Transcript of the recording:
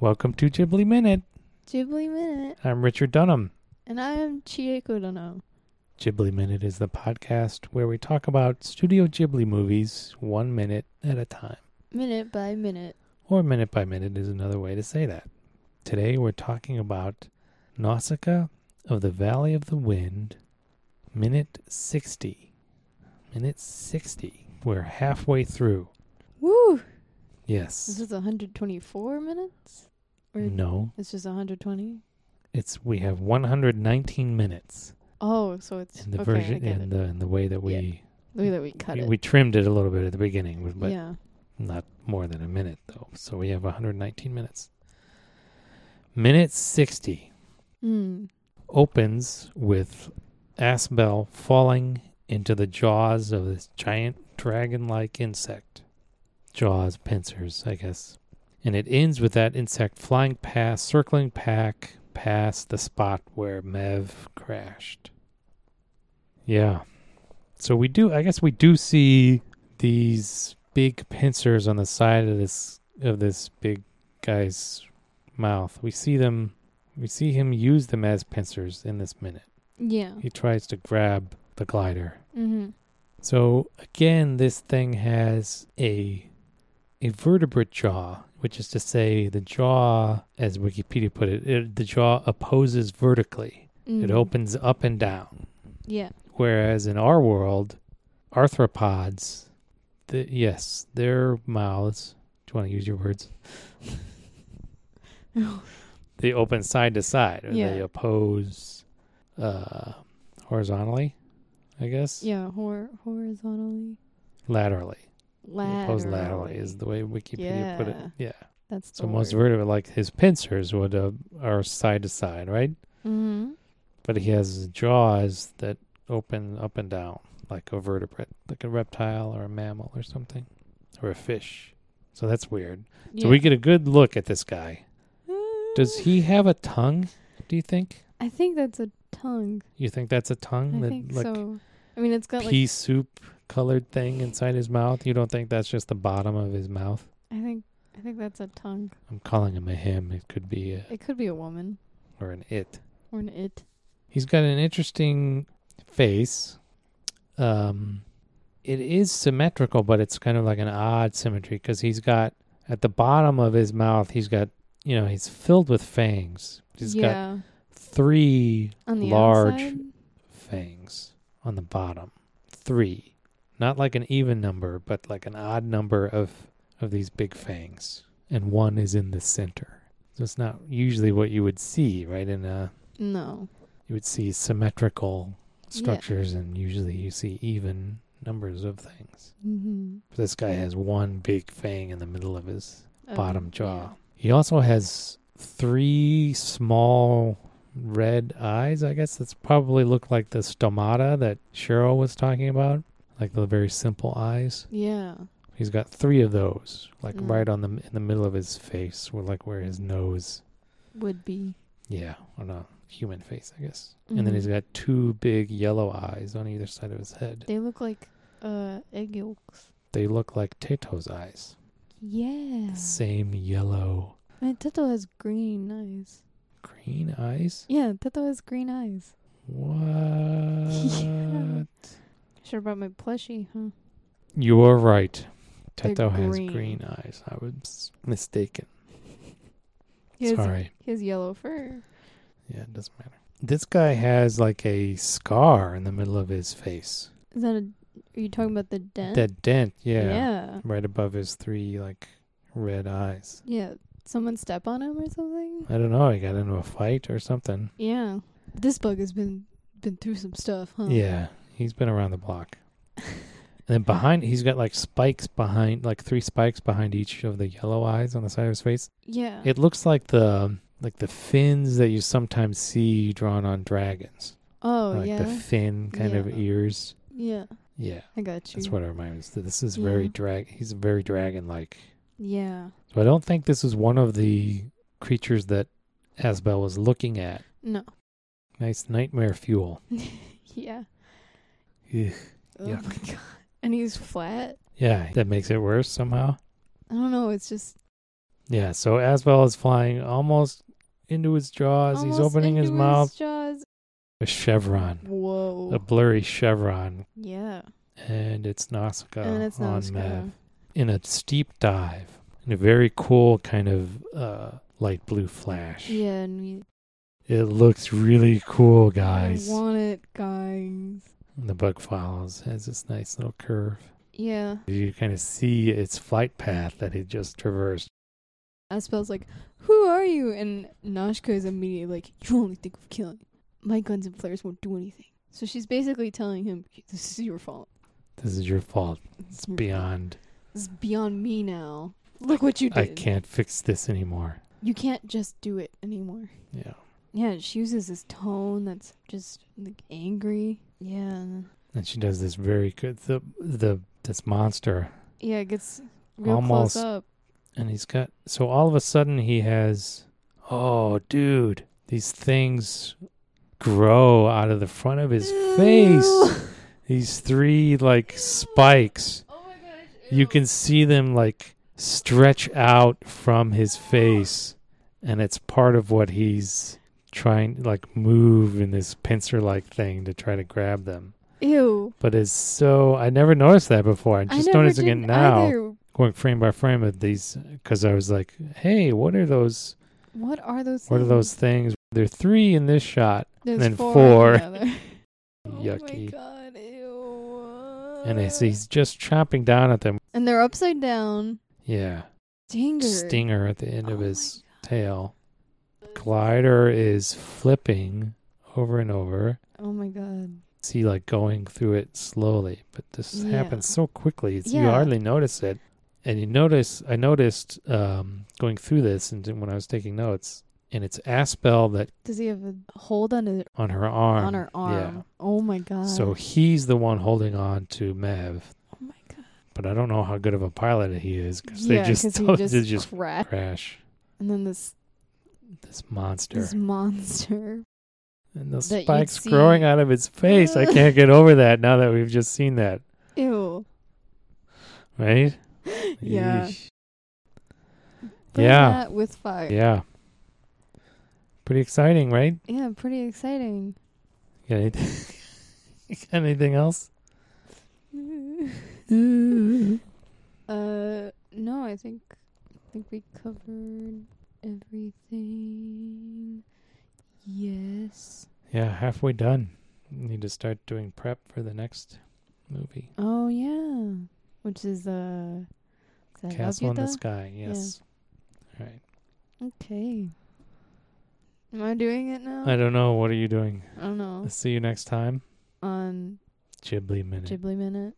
Welcome to Ghibli Minute. Ghibli Minute, I'm Richard Dunham. and I am Chieko Dono. Ghibli Minute is the podcast where we talk about Studio Ghibli movies one minute at a time, Minute by minute. or minute by minute is another way to say that. Today we're talking about Nausicaa of the Valley of the Wind, minute 60. Minute 60. We're halfway through. Woo! This Yes. is 124 minutes? Or No, It's just 120? it's we have 119 minutes Oh, so it's. in the okay, I version get in it. the in the way that we The way that we cut we, it. we trimmed it a little bit at the beginning, but yeah. not more than a minute though. So we have 119 minutes. Minute 60 Mm. opens with Asbel falling into the jaws of this giant dragon-like insect. Jaws, pincers, I guess. And it ends with that insect flying past, circling back past the spot where Mev crashed. Yeah. So we do I guess we do see these big pincers on the side of this of this big guy's mouth. We see them we see him use them as pincers in this minute. Yeah. He tries to grab the glider. Mm-hmm. So again, this thing has a a vertebrate jaw, which is to say, the jaw, as Wikipedia put it, it the jaw opposes vertically. It opens up and down. Mm-hmm. Yeah. Whereas in our world, arthropods, the, yes, their mouths. Do you want to use your words? they open side to side, or Yeah. they oppose uh, horizontally, I guess. Yeah. Hor- horizontally. Laterally. They Laterally. Oppose laterally is the way Wikipedia put it. Yeah. That's the So most word. vertebrae, like his pincers, would uh, are side to side, right? Mm-hmm. But he has jaws that open up and down, like a vertebrate, like a reptile or a mammal or something, or a fish. So that's weird. Yeah. So we get a good look at this guy. Does he have a tongue? Do you think? I think that's a tongue. You think that's a tongue? I that, think like so. I mean, it's got like pea soup colored thing inside his mouth? You don't think that's just the bottom of his mouth? I think I think that's a tongue. I'm calling him a him. It could be a, It could be a woman or an it. or an it. He's got an interesting face. Um, it is symmetrical, but it's kind of like an odd symmetry because he's got at the bottom of his mouth, he's got you know he's filled with fangs. He's got yeah, three on the large- outside. fangs on the bottom, three, not like an even number, but like an odd number of of these big fangs, and one is in the center. So it's not usually what you would see, right? In a No. you would see symmetrical Yeah. structures and usually you see even numbers of things. Mm-hmm. But this guy has one big fang in the middle of his Oh, bottom jaw. He also has three small red eyes, I guess that's probably look like the stomata that Cheryl was talking about, like the very simple eyes. Yeah. He's got three of those, like Mm. right on the in the middle of his face, or like where his nose would be. yeah, on a human face, I guess. And then Mhm. he's got two big yellow eyes on either side of his head. They look like uh egg yolks. They look like Tato's eyes. Yeah. The same yellow And Teto has green eyes. green eyes? Yeah, Teto has green eyes. What? Should have brought my plushie, huh? you are right. They're Teto has green. green eyes. I was mistaken. He has, Sorry. He has yellow fur. Yeah, it doesn't matter. This guy has like a scar in the middle of his face. Is that a? Are you talking about the dent? That dent, Yeah. Right above his three like red eyes. Yeah. Someone step on him or something. I don't know. He got into a fight or something. Yeah. This bug has been been through some stuff, huh? Yeah, he's been around the block. and then behind, he's got like spikes behind, like three spikes behind each of the yellow eyes on the side of his face. Yeah. It looks like the like the fins that you sometimes see drawn on dragons, oh like yeah. the fin kind Yeah. of ears. yeah. Yeah, I got you. that's what it reminds. me. This is very Yeah. drag. He's very dragon-like. Yeah. So I don't think this is one of the creatures that Asbel was looking at. No. Nice nightmare fuel. Yeah. Ugh. Oh Yeah. my god. And he's flat. Yeah, that makes it worse somehow. I don't know. It's just Yeah, so Asbel is flying almost into his jaws. He's Almost opening his into mouth. jaws. A chevron, Whoa. a blurry chevron, yeah. and it's Nausicaa and it's on not Mav in a steep dive in a very cool kind of uh, light blue flash. Yeah, and we It looks really cool, guys. I want it, guys. And the bug follows, has this nice little curve. Yeah. You kind of see its flight path that it just traversed. Aspel's like, Who are you? And Nashka is immediately like, You only think of killing. My guns and flares won't do anything. So she's basically telling him, This is your fault. This is your fault. It's your fault. Beyond, This is beyond me now. Look what you did. I can't fix this anymore. You can't just do it anymore. Yeah. Yeah, she uses this tone that's just like angry. Yeah. and- And she does this very good. The the this monster, Yeah, it gets real Almost. close up. and he's got so all of a sudden he has. Oh, dude! These things grow out of the front of his face. These three like spikes. Oh my gosh. You can see them like stretch out from his face, and it's part of what he's trying like move in this pincer like thing to try to grab them. Ew. But it's so I never noticed that before. I'm I just never noticing it did now. either. going frame by frame of these because I was like, "Hey, what are those? What are those What are things? those things?" There are three in this shot. There's then four. four. on the other. Oh my Yucky. god, ew. And I see he's Uh. just chomping down at them. And they're upside down. Yeah, Stinger. stinger at the end of Oh my his tail. Glider is flipping over and over. Oh my god. See, like going through it slowly, but this Yeah. happens so quickly. It's, You Yeah. hardly notice it. And you notice, I noticed um, going through this, and then when I was taking notes, and it's Aspel that Does he have a hold on his on her arm, on her Yeah. arm? Oh my god. So he's the one holding on to Mev, Oh my god. but I don't know how good of a pilot he is because yeah, they just 'cause he don't- just, they just cracked. crash And then this this monster this monster. and the that you'd spikes see- growing out of its face. I can't get over that now that we've just seen that, Ew. right? Yeah. Yeesh. Burn Yeah. that with fire. yeah, pretty exciting, right? Yeah, pretty exciting. Got anything, got anything else? Uh, no, I think I think we covered everything. Yes. Yeah, halfway done. Need to start doing prep for the next movie, Oh yeah, which is uh, is that Castle in the Laputa? Sky. Yes. All right. Okay. Am I doing it now? I don't know. What are you doing? Oh. I don't know. See you next time. On Ghibli Minute. Ghibli minute.